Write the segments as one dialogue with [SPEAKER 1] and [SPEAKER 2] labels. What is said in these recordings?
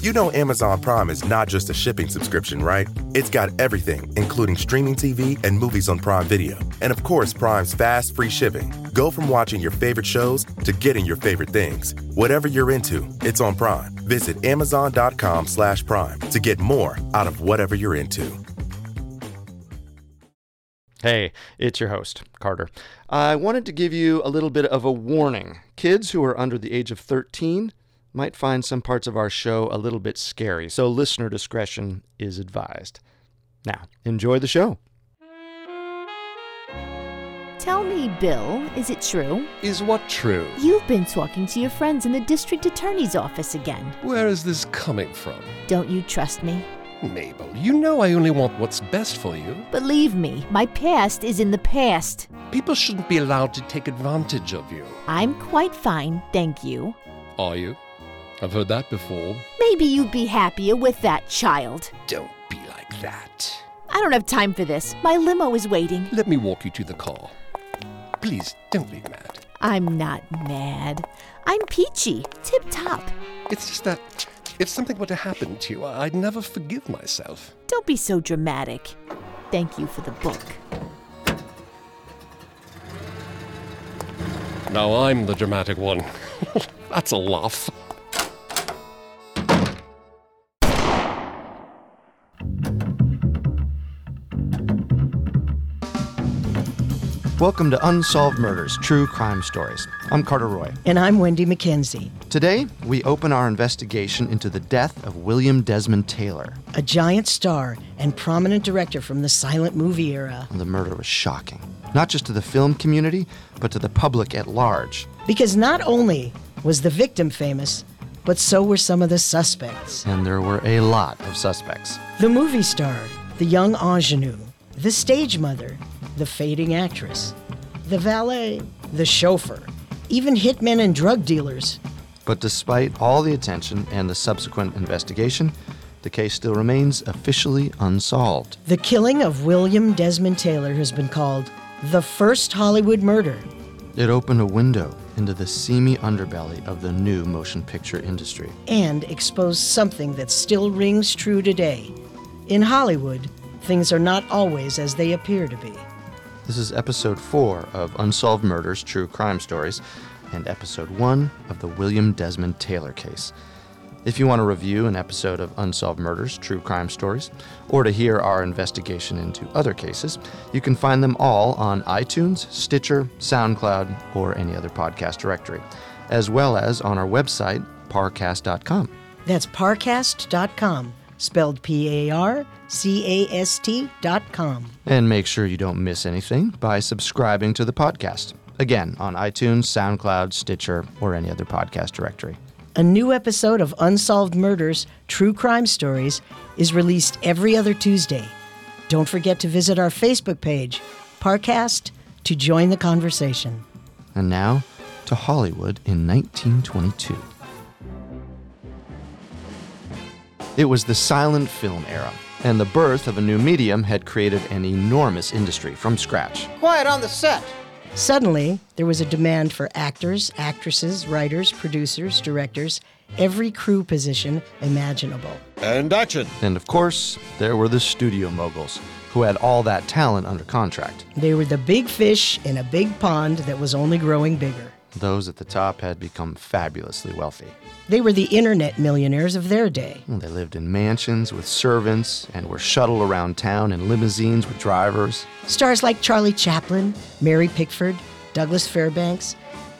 [SPEAKER 1] You know Amazon Prime is not just a shipping subscription, right? It's got everything, including streaming TV and movies on Prime Video. And of course, Prime's fast, free shipping. Go from watching your favorite shows to getting your favorite things. Whatever you're into, it's on Prime. Visit Amazon.com slash Prime to get more out of whatever you're into.
[SPEAKER 2] Hey, it's your host, Carter. I wanted to give you a little bit of a warning. Kids who are under the age of 13 might find some parts of our show a little bit scary, so listener discretion is advised. Now, enjoy the show.
[SPEAKER 3] Tell me, Bill, is it true?
[SPEAKER 4] Is what true?
[SPEAKER 3] You've been talking to your friends in the district attorney's office again.
[SPEAKER 4] Where is this coming from?
[SPEAKER 3] Don't you trust me?
[SPEAKER 4] Mabel, you know I only want what's best for you.
[SPEAKER 3] Believe me, my past is in the past.
[SPEAKER 4] People shouldn't be allowed to take advantage of you.
[SPEAKER 3] I'm quite fine, thank you.
[SPEAKER 4] Are you? I've heard that before.
[SPEAKER 3] Maybe you'd be happier with that child.
[SPEAKER 4] Don't be like that.
[SPEAKER 3] I don't have time for this. My limo is waiting.
[SPEAKER 4] Let me walk you to the car. Please don't be mad.
[SPEAKER 3] I'm not mad. I'm peachy, tip top.
[SPEAKER 4] It's just that if something were to happen to you, I'd never forgive myself.
[SPEAKER 3] Don't be so dramatic. Thank you for the book.
[SPEAKER 4] Now I'm the dramatic one. That's a laugh.
[SPEAKER 2] Welcome to Unsolved Murders True Crime Stories. I'm Carter Roy.
[SPEAKER 5] And I'm Wendy McKenzie.
[SPEAKER 2] Today, we open our investigation into the death of William Desmond Taylor.
[SPEAKER 5] A giant star and prominent director from the silent movie era.
[SPEAKER 2] The murder was shocking, not just to the film community, but to the public at large.
[SPEAKER 5] Because not only was the victim famous, but so were some of the suspects.
[SPEAKER 2] And there were a lot of suspects.
[SPEAKER 5] The movie star, the young ingenue, the stage mother, the fading actress, the valet, the chauffeur, even hitmen and drug dealers.
[SPEAKER 2] But despite all the attention and the subsequent investigation, the case still remains officially unsolved.
[SPEAKER 5] The killing of William Desmond Taylor has been called the first Hollywood murder.
[SPEAKER 2] It opened a window into the seamy underbelly of the new motion picture industry.
[SPEAKER 5] and expose something that still rings true today. In Hollywood, things are not always as they appear to be.
[SPEAKER 2] This is episode 4 of Unsolved Murders True Crime Stories and episode 1 of the William Desmond Taylor case. If you want to review an episode of Unsolved Murders True Crime Stories or to hear our investigation into other cases, you can find them all on iTunes, Stitcher, SoundCloud, or any other podcast directory, as well as on our website parcast.com.
[SPEAKER 5] That's parcast.com, spelled P A R C A S T.com.
[SPEAKER 2] And make sure you don't miss anything by subscribing to the podcast. Again, on iTunes, SoundCloud, Stitcher, or any other podcast directory.
[SPEAKER 5] A new episode of Unsolved Murders True Crime Stories is released every other Tuesday. Don't forget to visit our Facebook page, Parcast, to join the conversation.
[SPEAKER 2] And now to Hollywood in 1922. It was the silent film era, and the birth of a new medium had created an enormous industry from scratch.
[SPEAKER 6] Quiet on the set.
[SPEAKER 5] Suddenly, there was a demand for actors, actresses, writers, producers, directors, every crew position imaginable.
[SPEAKER 6] And action.
[SPEAKER 2] And of course, there were the studio moguls, who had all that talent under contract.
[SPEAKER 5] They were the big fish in a big pond that was only growing bigger.
[SPEAKER 2] Those at the top had become fabulously wealthy.
[SPEAKER 5] They were the internet millionaires of their day.
[SPEAKER 2] They lived in mansions with servants and were shuttled around town in limousines with drivers.
[SPEAKER 5] Stars like Charlie Chaplin, Mary Pickford, Douglas Fairbanks,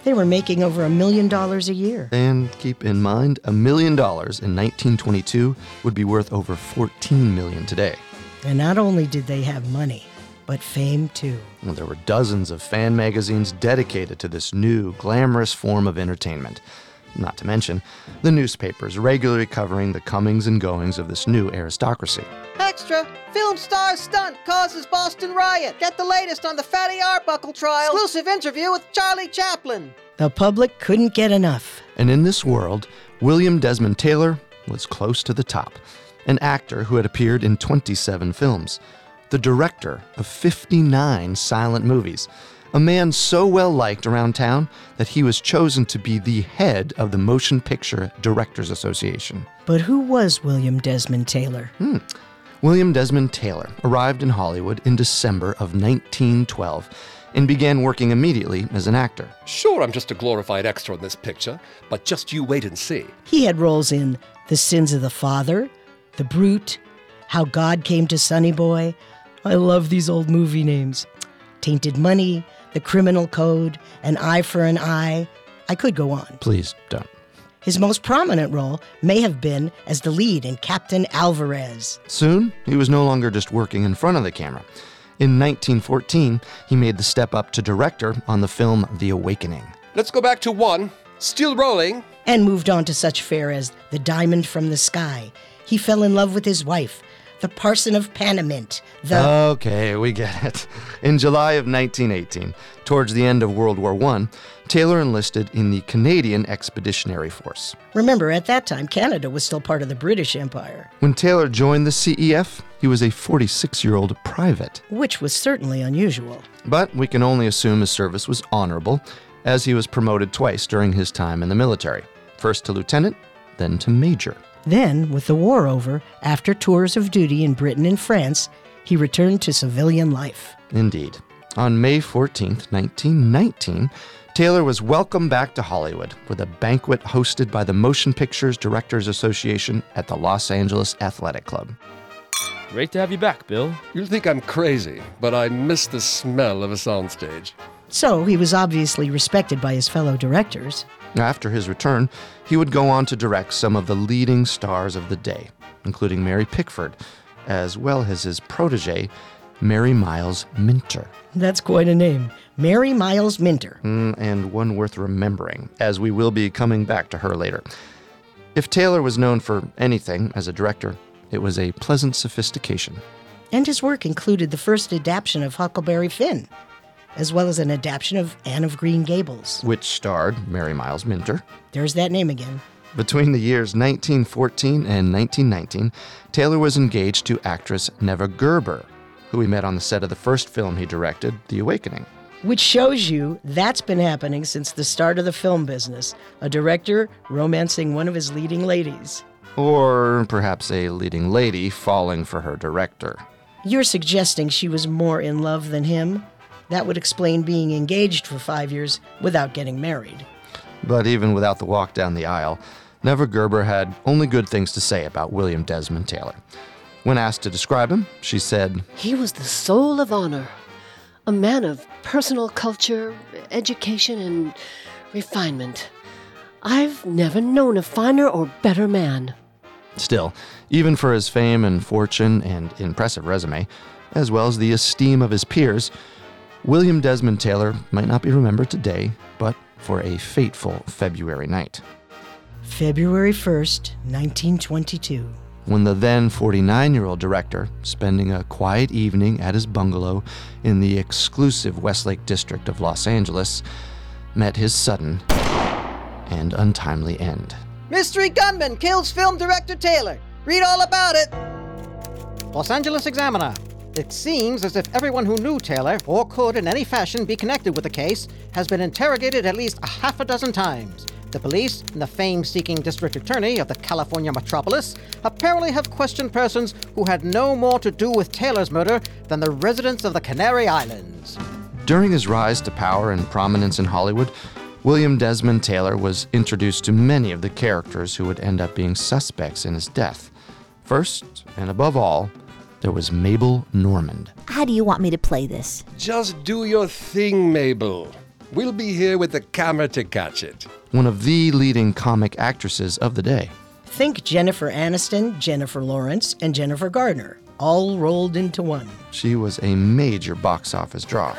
[SPEAKER 5] they were making over a million dollars a year.
[SPEAKER 2] And keep in mind, a million dollars in 1922 would be worth over 14 million today.
[SPEAKER 5] And not only did they have money, but fame too.
[SPEAKER 2] Well, There were dozens of fan magazines dedicated to this new, glamorous form of entertainment. Not to mention, the newspapers regularly covering the comings and goings of this new aristocracy.
[SPEAKER 6] Extra! Film star stunt causes Boston riot. Get the latest on the Fatty Arbuckle trial. Exclusive interview with Charlie Chaplin.
[SPEAKER 5] The public couldn't get enough.
[SPEAKER 2] And in this world, William Desmond Taylor was close to the top, an actor who had appeared in 27 films, the director of 59 silent movies, a man so well liked around town that he was chosen to be the head of the Motion Picture Directors Association.
[SPEAKER 5] But who was William Desmond Taylor?
[SPEAKER 2] William Desmond Taylor arrived in Hollywood in December of 1912 and began working immediately as an actor.
[SPEAKER 4] Sure, I'm just a glorified extra in this picture, but just you wait and see.
[SPEAKER 5] He had roles in The Sins of the Father, The Brute, How God Came to Sonny Boy. I love these old movie names. Tainted Money, The Criminal Code, An Eye for an Eye. I could go on.
[SPEAKER 2] Please don't.
[SPEAKER 5] His most prominent role may have been as the lead in Captain Alvarez.
[SPEAKER 2] Soon, he was no longer just working in front of the camera. In 1914, he made the step up to director on the film The Awakening.
[SPEAKER 4] Let's go back to one. Still rolling.
[SPEAKER 5] and moved on to such fare as The Diamond from the Sky. He fell in love with his wife, the Parson of Panamint, the.
[SPEAKER 2] Uh. Okay, we get it. In July of 1918, towards the end of World War I, Taylor enlisted in the Canadian Expeditionary Force.
[SPEAKER 5] Remember, at that time, Canada was still part of the British Empire,
[SPEAKER 2] When Taylor joined the CEF, he was a 46 year old private.
[SPEAKER 5] which was certainly unusual.
[SPEAKER 2] But we can only assume his service was honorable, as he was promoted twice during his time in the military first to lieutenant, then to major.
[SPEAKER 5] Then, with the war over, after tours of duty in Britain and France, he returned to civilian life.
[SPEAKER 2] Indeed. On May 14th, 1919, Taylor was welcomed back to Hollywood with a banquet hosted by the Motion Pictures Directors Association at the Los Angeles Athletic Club.
[SPEAKER 7] Great to have you back, Bill.
[SPEAKER 4] You'll think I'm crazy, but I miss the smell of a soundstage.
[SPEAKER 5] So, he was obviously respected by his fellow directors.
[SPEAKER 2] After his return, he would go on to direct some of the leading stars of the day, including Mary Pickford, as well as his protege, Mary Miles Minter.
[SPEAKER 5] That's quite a name. Mary Miles Minter.
[SPEAKER 2] Mm, and one worth remembering, as we will be coming back to her later. If Taylor was known for anything as a director, it was a pleasant sophistication.
[SPEAKER 5] and his work included the first adaptation of Huckleberry Finn, as well as an adaptation of Anne of Green Gables.
[SPEAKER 2] which starred Mary Miles Minter.
[SPEAKER 5] There's that name again.
[SPEAKER 2] Between the years 1914 and 1919, Taylor was engaged to actress Neva Gerber, who he met on the set of the first film he directed, The Awakening.
[SPEAKER 5] Which shows you that's been happening since the start of the film business a director romancing one of his leading ladies.
[SPEAKER 2] Or perhaps a leading lady falling for her director.
[SPEAKER 5] You're suggesting she was more in love than him? That would explain being engaged for five years without getting married.
[SPEAKER 2] But even without the walk down the aisle, Neva Gerber had only good things to say about William Desmond Taylor. When asked to describe him, she said,
[SPEAKER 8] He was the soul of honor, a man of personal culture, education, and refinement. I've never known a finer or better man.
[SPEAKER 2] Still, even for his fame and fortune and impressive resume, as well as the esteem of his peers, William Desmond Taylor might not be remembered today, but for a fateful February night,
[SPEAKER 5] February 1st, 1922.
[SPEAKER 2] when the then 49 year old director, spending a quiet evening at his bungalow in the exclusive Westlake district of Los Angeles, met his sudden and untimely end.
[SPEAKER 6] Mystery gunman kills film director Taylor. Read all about it. Los Angeles Examiner. It seems as if everyone who knew Taylor or could in any fashion be connected with the case has been interrogated at least a half a dozen times. The police and the fame seeking district attorney of the California metropolis apparently have questioned persons who had no more to do with Taylor's murder than the residents of the Canary Islands.
[SPEAKER 2] During his rise to power and prominence in Hollywood, William Desmond Taylor was introduced to many of the characters who would end up being suspects in his death. First, and above all, there was Mabel Normand.
[SPEAKER 3] How do you want me to play this?
[SPEAKER 4] Just do your thing, Mabel. We'll be here with the camera to catch it.
[SPEAKER 2] one of the leading comic actresses of the day.
[SPEAKER 5] Think Jennifer Aniston, Jennifer Lawrence, and Jennifer Gardner, all rolled into one.
[SPEAKER 2] She was a major box office draw,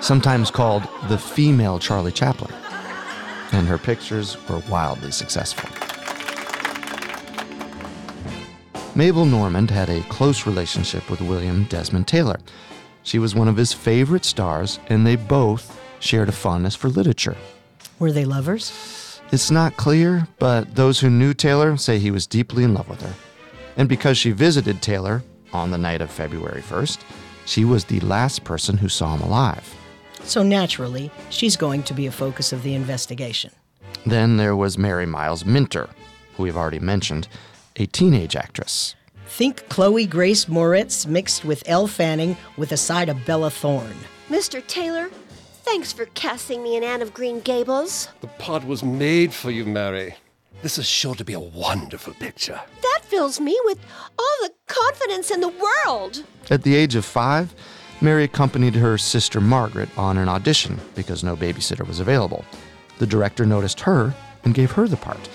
[SPEAKER 2] sometimes called the female Charlie Chaplin, and her pictures were wildly successful. Mabel Normand had a close relationship with William Desmond Taylor. She was one of his favorite stars, and they both shared a fondness for literature.
[SPEAKER 5] Were they lovers?
[SPEAKER 2] It's not clear, but those who knew Taylor say he was deeply in love with her. And because she visited Taylor on the night of February 1st, she was the last person who saw him alive.
[SPEAKER 5] So naturally, she's going to be a focus of the investigation.
[SPEAKER 2] Then there was Mary Miles Minter, who we've already mentioned, a teenage actress.
[SPEAKER 5] Think Chloe Grace Moritz mixed with Elle Fanning with a side of Bella Thorne.
[SPEAKER 9] Mr. Taylor, thanks for casting me in Anne of Green Gables.
[SPEAKER 4] The part was made for you, Mary. This is sure to be a wonderful picture.
[SPEAKER 9] That fills me with all the confidence in the world.
[SPEAKER 2] At the age of five, Mary accompanied her sister Margaret on an audition because no babysitter was available. The director noticed her and gave her the part,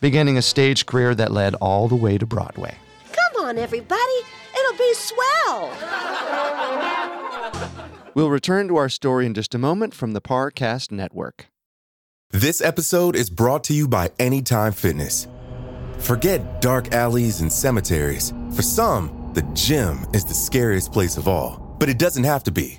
[SPEAKER 2] beginning a stage career that led all the way to Broadway.
[SPEAKER 9] Come on, everybody. It'll be swell.
[SPEAKER 2] We'll return to our story in just a moment from the Parcast Network.
[SPEAKER 1] This episode is brought to you by Anytime Fitness. Forget dark alleys and cemeteries. For some, the gym is the scariest place of all, but it doesn't have to be.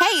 [SPEAKER 10] Hey,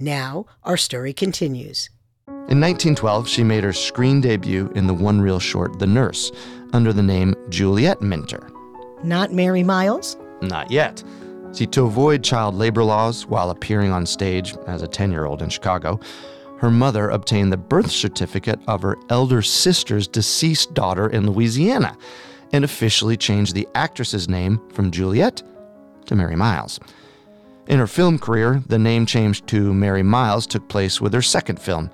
[SPEAKER 5] Now, our story continues.
[SPEAKER 2] In 1912, she made her screen debut in the one reel short The Nurse under the name Juliet Minter.
[SPEAKER 5] Not Mary Miles?
[SPEAKER 2] Not yet. See, to avoid child labor laws while appearing on stage as a 10 year old in Chicago, her mother obtained the birth certificate of her elder sister's deceased daughter in Louisiana and officially changed the actress's name from Juliet to Mary Miles. In her film career, the name change to Mary Miles took place with her second film,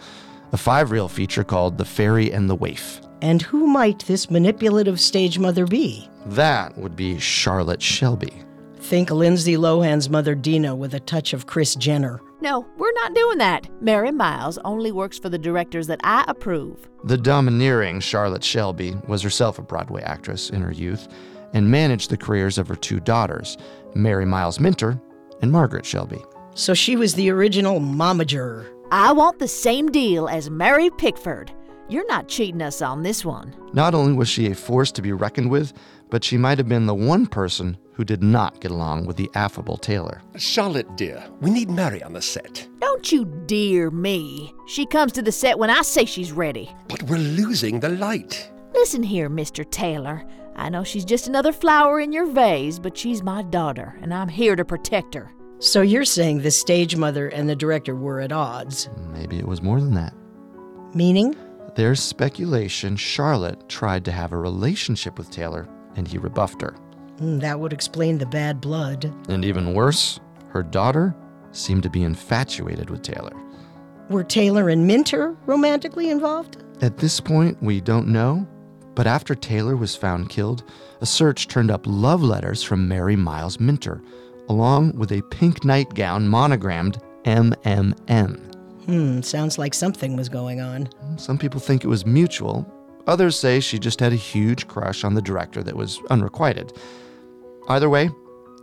[SPEAKER 2] a five reel feature called The Fairy and the Waif.
[SPEAKER 5] And who might this manipulative stage mother be?
[SPEAKER 2] That would be Charlotte Shelby.
[SPEAKER 5] Think Lindsay Lohan's mother Dina with a touch of Chris Jenner.
[SPEAKER 11] No, we're not doing that. Mary Miles only works for the directors that I approve.
[SPEAKER 2] The domineering Charlotte Shelby was herself a Broadway actress in her youth and managed the careers of her two daughters, Mary Miles Minter and Margaret Shelby.
[SPEAKER 5] So she was the original momager.
[SPEAKER 11] I want the same deal as Mary Pickford. You're not cheating us on this one.
[SPEAKER 2] Not only was she a force to be reckoned with, but she might have been the one person who did not get along with the affable Taylor.
[SPEAKER 4] Charlotte, dear, we need Mary on the set.
[SPEAKER 11] Don't you dear me. She comes to the set when I say she's ready.
[SPEAKER 4] But we're losing the light.
[SPEAKER 11] Listen here, Mr. Taylor. I know she's just another flower in your vase, but she's my daughter, and I'm here to protect her.
[SPEAKER 5] So you're saying the stage mother and the director were at odds?
[SPEAKER 2] Maybe it was more than that.
[SPEAKER 5] Meaning?
[SPEAKER 2] There's speculation Charlotte tried to have a relationship with Taylor, and he rebuffed her.
[SPEAKER 5] Mm, that would explain the bad blood.
[SPEAKER 2] And even worse, her daughter seemed to be infatuated with Taylor.
[SPEAKER 5] Were Taylor and Minter romantically involved?
[SPEAKER 2] At this point, we don't know, but after Taylor was found killed, a search turned up love letters from Mary Miles Minter, along with a pink nightgown monogrammed MMM.
[SPEAKER 5] Hmm, sounds like something was going on.
[SPEAKER 2] Some people think it was mutual, others say she just had a huge crush on the director that was unrequited. Either way,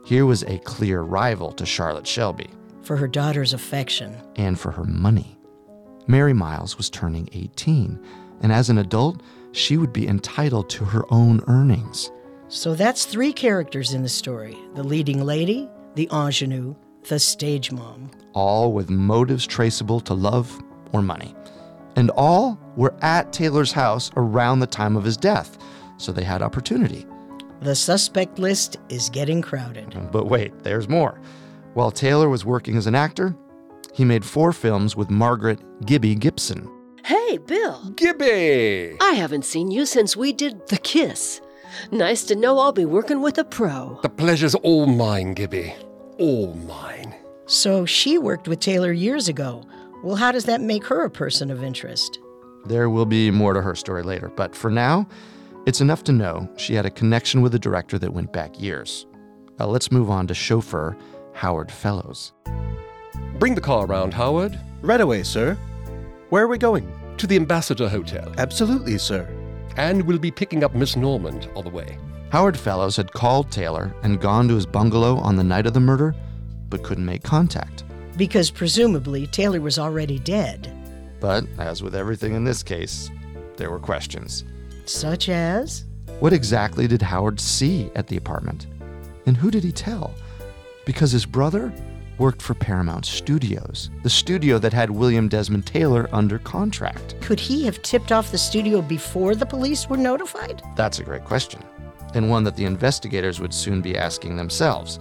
[SPEAKER 2] here was a clear rival to Charlotte Shelby.
[SPEAKER 5] for her daughter's affection.
[SPEAKER 2] and for her money. Mary Miles was turning 18, and as an adult, she would be entitled to her own earnings.
[SPEAKER 5] So that's three characters in the story the leading lady, the ingenue, the stage mom.
[SPEAKER 2] all with motives traceable to love or money. And all were at Taylor's house around the time of his death, so they had opportunity.
[SPEAKER 5] The suspect list is getting crowded.
[SPEAKER 2] But wait, there's more. While Taylor was working as an actor, he made four films with Margaret Gibby Gibson.
[SPEAKER 8] Hey, Bill.
[SPEAKER 4] Gibby!
[SPEAKER 8] I haven't seen you since we did The Kiss. Nice to know I'll be working with a pro.
[SPEAKER 4] The pleasure's all mine, Gibby. All mine.
[SPEAKER 5] So she worked with Taylor years ago. Well, how does that make her a person of interest?
[SPEAKER 2] There will be more to her story later, but for now, it's enough to know she had a connection with a director that went back years. Uh, let's move on to chauffeur Howard Fellows.
[SPEAKER 4] Bring the car around, Howard.
[SPEAKER 12] Right away, sir. Where are we going?
[SPEAKER 4] To the Ambassador Hotel.
[SPEAKER 12] Absolutely, sir.
[SPEAKER 4] And we'll be picking up Miss Normand on the way.
[SPEAKER 2] Howard Fellows had called Taylor and gone to his bungalow on the night of the murder, but couldn't make contact.
[SPEAKER 5] Because presumably Taylor was already dead,
[SPEAKER 2] But as with everything in this case, there were questions.
[SPEAKER 5] such as
[SPEAKER 2] What exactly did Howard see at the apartment? And who did he tell? Because his brother worked for Paramount Studios, the studio that had William Desmond Taylor under contract.
[SPEAKER 5] could he have tipped off the studio before the police were notified?
[SPEAKER 2] That's a great question, and one that the investigators would soon be asking themselves.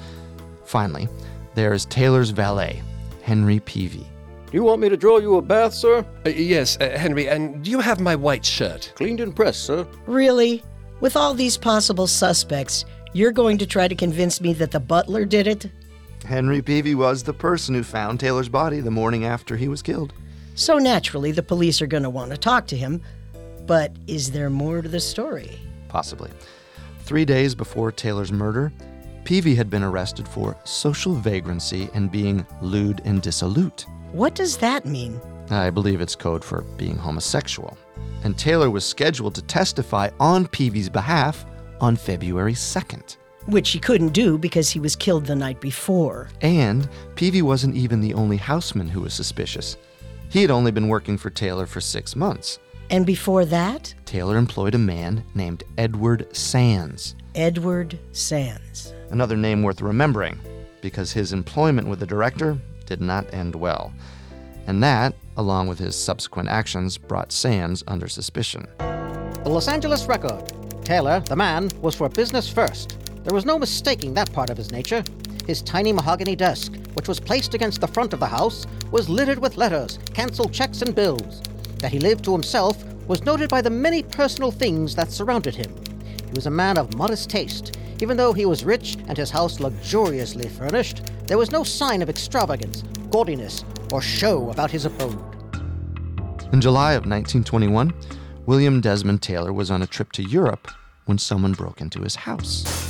[SPEAKER 2] Finally, there is Taylor's valet, Henry Peavy.
[SPEAKER 13] You want me to draw you a bath, sir?
[SPEAKER 4] yes, uh, Henry, and do you have my white shirt?
[SPEAKER 13] Cleaned and pressed, sir.
[SPEAKER 5] Really? With all these possible suspects, you're going to try to convince me that the butler did it?
[SPEAKER 2] Henry Peavy was the person who found Taylor's body the morning after he was killed.
[SPEAKER 5] So naturally, the police are going to want to talk to him. But is there more to the story?
[SPEAKER 2] Possibly. Three days before Taylor's murder, Peavy had been arrested for social vagrancy and being lewd and dissolute.
[SPEAKER 5] What does that mean?
[SPEAKER 2] I believe it's code for being homosexual. And Taylor was scheduled to testify on Peavy's behalf on February 2nd.
[SPEAKER 5] Which he couldn't do because he was killed the night before.
[SPEAKER 2] And Peavy wasn't even the only houseman who was suspicious. He had only been working for Taylor for six months.
[SPEAKER 5] And before that,
[SPEAKER 2] Taylor employed a man named Edward Sands.
[SPEAKER 5] Edward Sands.
[SPEAKER 2] another name worth remembering, because his employment with the director did not end well. And that, along with his subsequent actions, brought Sands under suspicion.
[SPEAKER 6] The Los Angeles Record. Taylor, the man, was for business first. There was no mistaking that part of his nature. His tiny mahogany desk, which was placed against the front of the house, was littered with letters, canceled checks, and bills. That he lived to himself was noted by the many personal things that surrounded him. He was a man of modest taste. Even though he was rich and his house luxuriously furnished, there was no sign of extravagance, gaudiness, or show about his abode.
[SPEAKER 2] In July of 1921, William Desmond Taylor was on a trip to Europe when someone broke into his house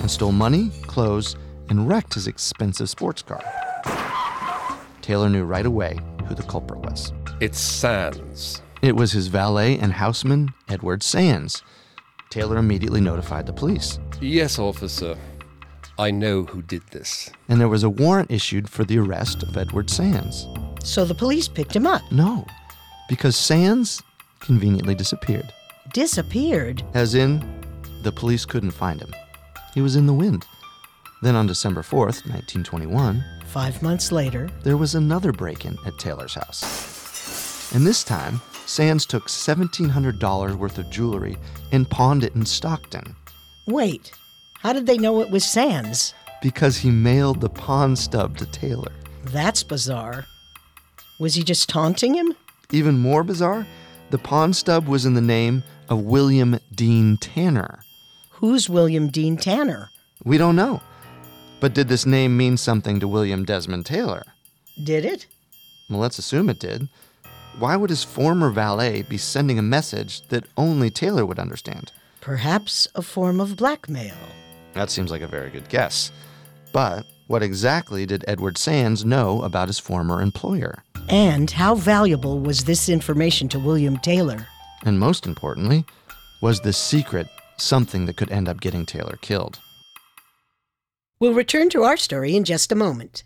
[SPEAKER 2] and stole money, clothes, and wrecked his expensive sports car. Taylor knew right away who the culprit was.
[SPEAKER 4] It's Sands.
[SPEAKER 2] It was his valet and houseman, Edward Sands. Taylor immediately notified the police.
[SPEAKER 4] Yes, officer. I know who did this.
[SPEAKER 2] and there was a warrant issued for the arrest of Edward Sands.
[SPEAKER 5] So the police picked him up.
[SPEAKER 2] No, because Sands conveniently disappeared,
[SPEAKER 5] Disappeared.
[SPEAKER 2] as in, the police couldn't find him. He was in the wind. Then on December 4th, 1921,
[SPEAKER 5] Five months later,
[SPEAKER 2] there was another break in at Taylor's house. And this time, Sands took $1,700 worth of jewelry and pawned it in Stockton
[SPEAKER 5] wait, how did they know it was Sands?
[SPEAKER 2] because he mailed the pawn stub to Taylor.
[SPEAKER 5] That's bizarre. Was he just taunting him?
[SPEAKER 2] Even more bizarre, the pawn stub was in the name of William Dean Tanner.
[SPEAKER 5] Who's William Dean Tanner?
[SPEAKER 2] We don't know. But did this name mean something to William Desmond Taylor?
[SPEAKER 5] Did it?
[SPEAKER 2] Well, let's assume it did. Why would his former valet be sending a message that only Taylor would understand?
[SPEAKER 5] Perhaps a form of blackmail.
[SPEAKER 2] That seems like a very good guess. But what exactly did Edward Sands know about his former employer?
[SPEAKER 5] And how valuable was this information to William Taylor?
[SPEAKER 2] And most importantly, was this secret something that could end up getting Taylor killed?
[SPEAKER 5] We'll return to our story in just a moment.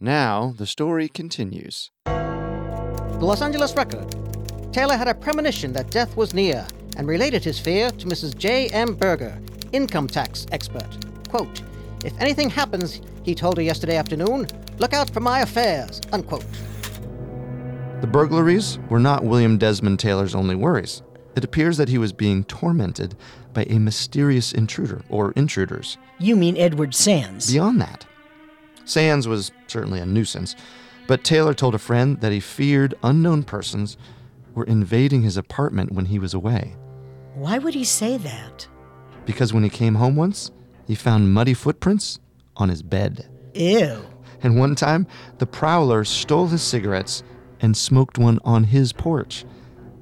[SPEAKER 2] Now the story continues.
[SPEAKER 6] The Los Angeles Record. Taylor had a premonition that death was near and related his fear to Mrs. J. M. Berger, income tax expert. Quote, If anything happens, he told her yesterday afternoon, look out for my affairs. Unquote.
[SPEAKER 2] The burglaries were not William Desmond Taylor's only worries. It appears that he was being tormented by a mysterious intruder or intruders.
[SPEAKER 5] You mean Edward Sands?
[SPEAKER 2] Beyond that, Sands was certainly a nuisance, but Taylor told a friend that he feared unknown persons were invading his apartment when he was away.
[SPEAKER 5] Why would he say that?
[SPEAKER 2] Because when he came home once, he found muddy footprints on his bed.
[SPEAKER 5] Ew.
[SPEAKER 2] And one time, the prowler stole his cigarettes and smoked one on his porch.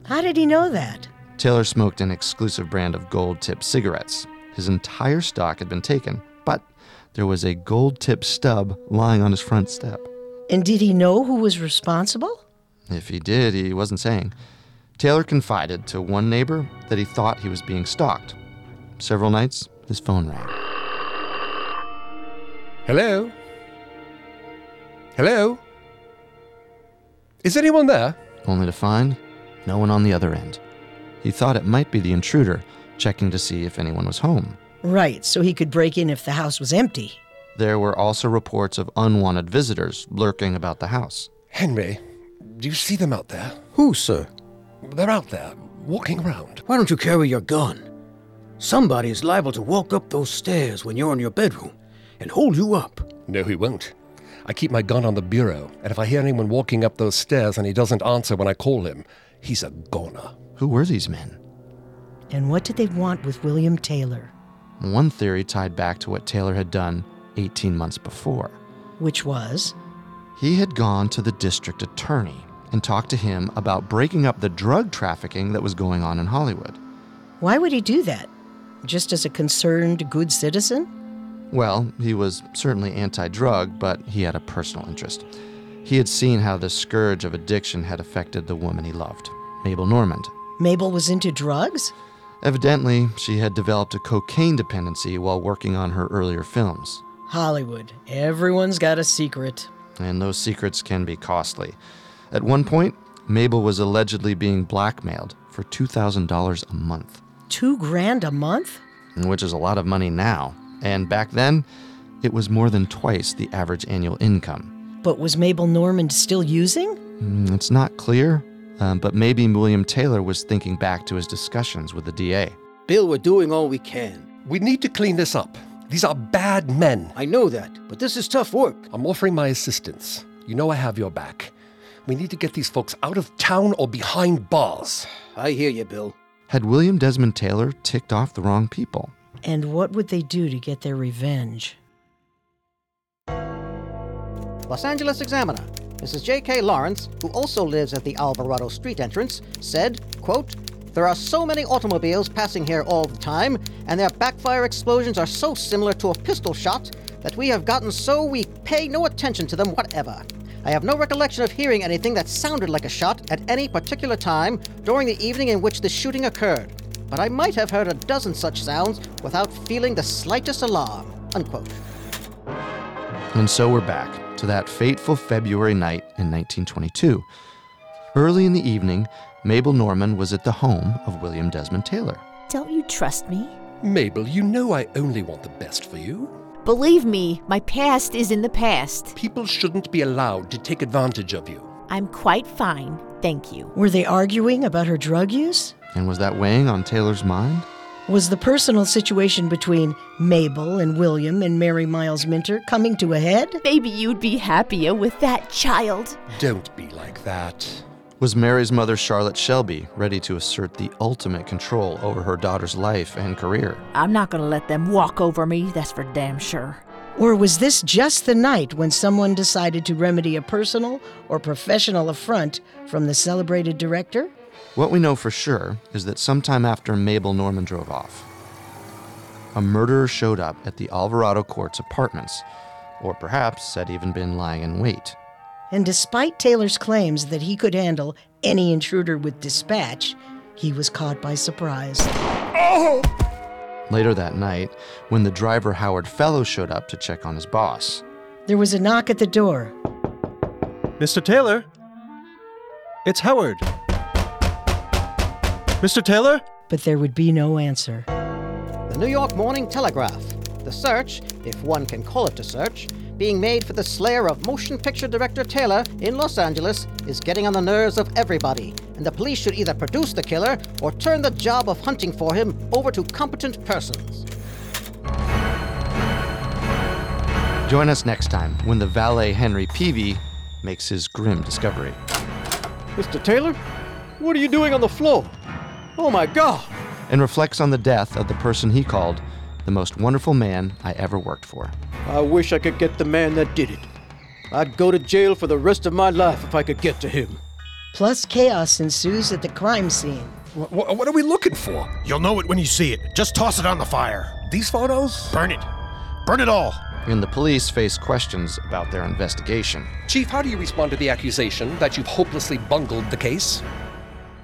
[SPEAKER 5] How did he know that?
[SPEAKER 2] Taylor smoked an exclusive brand of gold tipped cigarettes. His entire stock had been taken, but there was a gold tipped stub lying on his front step.
[SPEAKER 5] And did he know who was responsible?
[SPEAKER 2] If he did, he wasn't saying. Taylor confided to one neighbor that he thought he was being stalked. Several nights, his phone rang.
[SPEAKER 4] Hello? Hello? Is anyone there?
[SPEAKER 2] only to find no one on the other end. He thought it might be the intruder, checking to see if anyone was home.
[SPEAKER 5] Right, so he could break in if the house was empty.
[SPEAKER 2] There were also reports of unwanted visitors lurking about the house.
[SPEAKER 4] Henry, do you see them out there?
[SPEAKER 13] Who, sir?
[SPEAKER 4] They're out there, walking around.
[SPEAKER 13] Why don't you carry your gun? Somebody is liable to walk up those stairs when you're in your bedroom and hold you up.
[SPEAKER 4] No, he won't. I keep my gun on the bureau, and if I hear anyone walking up those stairs and he doesn't answer when I call him, he's a goner.
[SPEAKER 2] Who were these men?
[SPEAKER 5] And what did they want with William Taylor?
[SPEAKER 2] One theory tied back to what Taylor had done 18 months before.
[SPEAKER 5] Which was?
[SPEAKER 2] He had gone to the district attorney and talked to him about breaking up the drug trafficking that was going on in Hollywood.
[SPEAKER 5] Why would he do that? Just as a concerned good citizen?
[SPEAKER 2] Well, he was certainly anti drug, but he had a personal interest. He had seen how the scourge of addiction had affected the woman he loved, Mabel Normand.
[SPEAKER 5] Mabel was into drugs?
[SPEAKER 2] Evidently, she had developed a cocaine dependency while working on her earlier films,
[SPEAKER 5] Hollywood. Everyone's got a secret.
[SPEAKER 2] and those secrets can be costly. At one point, Mabel was allegedly being blackmailed for $2,000 a month,
[SPEAKER 5] Two grand a month?
[SPEAKER 2] which is a lot of money now. And back then, it was more than twice the average annual income.
[SPEAKER 5] But was Mabel Normand still using?
[SPEAKER 2] Mm, It's not clear, um, but maybe William Taylor was thinking back to his discussions with the DA.
[SPEAKER 13] Bill, we're doing all we can.
[SPEAKER 4] We need to clean this up. These are bad men.
[SPEAKER 13] I know that, but this is tough work.
[SPEAKER 4] I'm offering my assistance. You know I have your back. We need to get these folks out of town or behind bars.
[SPEAKER 13] I hear you, Bill.
[SPEAKER 2] Had William Desmond Taylor ticked off the wrong people?
[SPEAKER 5] And what would they do to get their revenge?
[SPEAKER 6] Los Angeles Examiner. Mrs. J.K. Lawrence, who also lives at the Alvarado Street entrance, said, quote, There are so many automobiles passing here all the time, and their backfire explosions are so similar to a pistol shot that we have gotten so we pay no attention to them whatever. I have no recollection of hearing anything that sounded like a shot at any particular time during the evening in which the shooting occurred, but I might have heard a dozen such sounds without feeling the slightest alarm. Unquote.
[SPEAKER 2] And so we're back to that fateful February night in 1922. Early in the evening, Mabel Norman was at the home of William Desmond Taylor.
[SPEAKER 11] Don't you trust me?
[SPEAKER 4] Mabel, you know I only want the best for you.
[SPEAKER 11] Believe me, my past is in the past.
[SPEAKER 4] People shouldn't be allowed to take advantage of you.
[SPEAKER 11] I'm quite fine. Thank you.
[SPEAKER 5] Were they arguing about her drug use?
[SPEAKER 2] And was that weighing on Taylor's mind?
[SPEAKER 5] Was the personal situation between Mabel and William and Mary Miles Minter coming to a head?
[SPEAKER 11] Maybe you'd be happier with that child.
[SPEAKER 4] Don't be like that.
[SPEAKER 2] Was Mary's mother, Charlotte Shelby, ready to assert the ultimate control over her daughter's life and career?
[SPEAKER 11] I'm not gonna let them walk over me, that's for damn sure.
[SPEAKER 5] Or was this just the night when someone decided to remedy a personal or professional affront from the celebrated director?
[SPEAKER 2] What we know for sure is that sometime after Mabel Norman drove off, a murderer showed up at the Alvarado Court's apartments, or perhaps had even been lying in wait.
[SPEAKER 5] And despite Taylor's claims that he could handle any intruder with dispatch, he was caught by surprise.
[SPEAKER 2] Oh! Later that night, when the driver Howard Fellow showed up to check on his boss,
[SPEAKER 5] There was a knock at the door.
[SPEAKER 12] Mr. Taylor? It's Howard. Mr. Taylor?
[SPEAKER 5] But there would be no answer.
[SPEAKER 6] The New York Morning Telegraph. The search, if one can call it a search, being made for the slayer of motion picture director Taylor in Los Angeles is getting on the nerves of everybody, and the police should either produce the killer or turn the job of hunting for him over to competent persons.
[SPEAKER 2] join us next time when the valet Henry Peavy makes his grim discovery.
[SPEAKER 13] Mr. Taylor, what are you doing on the floor? Oh my god!
[SPEAKER 2] and reflects on the death of the person he called the most wonderful man I ever worked for.
[SPEAKER 13] I wish I could get the man that did it. I'd go to jail for the rest of my life if I could get to him.
[SPEAKER 5] Plus, chaos ensues at the crime scene.
[SPEAKER 4] What, what are we looking for?
[SPEAKER 14] You'll know it when you see it. Just toss it on the fire.
[SPEAKER 4] These photos?
[SPEAKER 14] Burn it. Burn it all.
[SPEAKER 2] And the police face questions about their investigation.
[SPEAKER 4] Chief, how do you respond to the accusation that you've hopelessly bungled the case?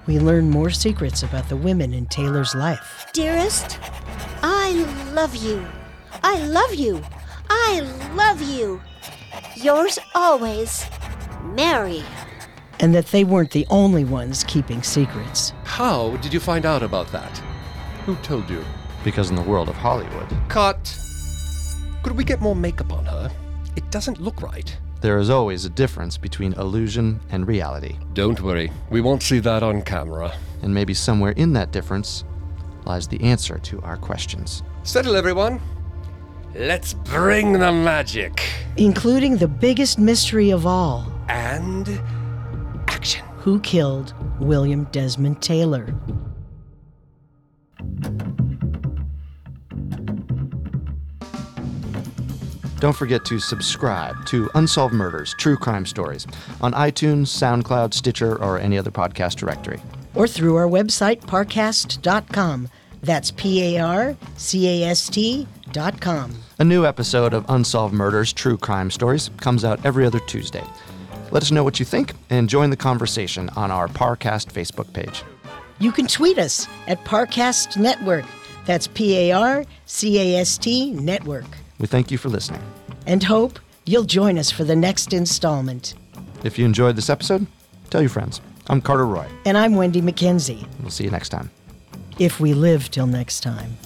[SPEAKER 5] We learn more secrets about the women in Taylor's life.
[SPEAKER 9] Dearest, I love you. I love you. I love you. Yours always, Mary.
[SPEAKER 5] and that they weren't the only ones keeping secrets.
[SPEAKER 4] How did you find out about that? Who told you?
[SPEAKER 2] Because in the world of Hollywood,
[SPEAKER 4] Cut. Could we get more makeup on her? It doesn't look right.
[SPEAKER 2] there is always a difference between illusion and reality.
[SPEAKER 4] Don't worry, we won't see that on camera.
[SPEAKER 2] And maybe somewhere in that difference lies the answer to our questions.
[SPEAKER 4] Settle, everyone. Let's bring the magic.
[SPEAKER 5] Including the biggest mystery of all
[SPEAKER 4] And.
[SPEAKER 5] who killed William Desmond Taylor?
[SPEAKER 2] Don't forget to subscribe to Unsolved Murders True Crime Stories on iTunes, SoundCloud, Stitcher, or any other podcast directory.
[SPEAKER 5] Or through our website, parcast.com. That's P A R C A S T dot com.
[SPEAKER 2] A new episode of Unsolved Murders True Crime Stories comes out every other Tuesday. Let us know what you think and join the conversation on our Parcast Facebook page.
[SPEAKER 5] You can tweet us at Parcast Network. That's P A R C A S T Network.
[SPEAKER 2] We thank you for listening.
[SPEAKER 5] And hope you'll join us for the next installment.
[SPEAKER 2] If you enjoyed this episode, tell your friends. I'm Carter Roy.
[SPEAKER 5] And I'm Wendy McKenzie.
[SPEAKER 2] We'll see you next time.
[SPEAKER 5] If we live till next time.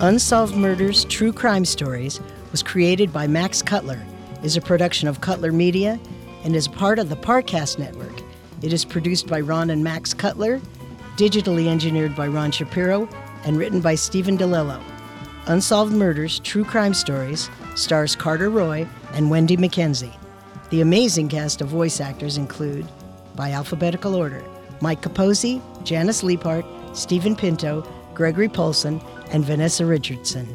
[SPEAKER 5] Unsolved Murders True Crime Stories was created by Max Cutler, is a production of Cutler Media, and is part of the Parcast Network. It is produced by Ron and Max Cutler, digitally engineered by Ron Shapiro, and written by Stephen DeLillo. Unsolved Murders True Crime Stories stars Carter Roy and Wendy McKenzie. The amazing cast of voice actors include, by alphabetical order, Mike Capozzi, Janice Liepart, Stephen Pinto, Gregory Polson, and Vanessa Richardson.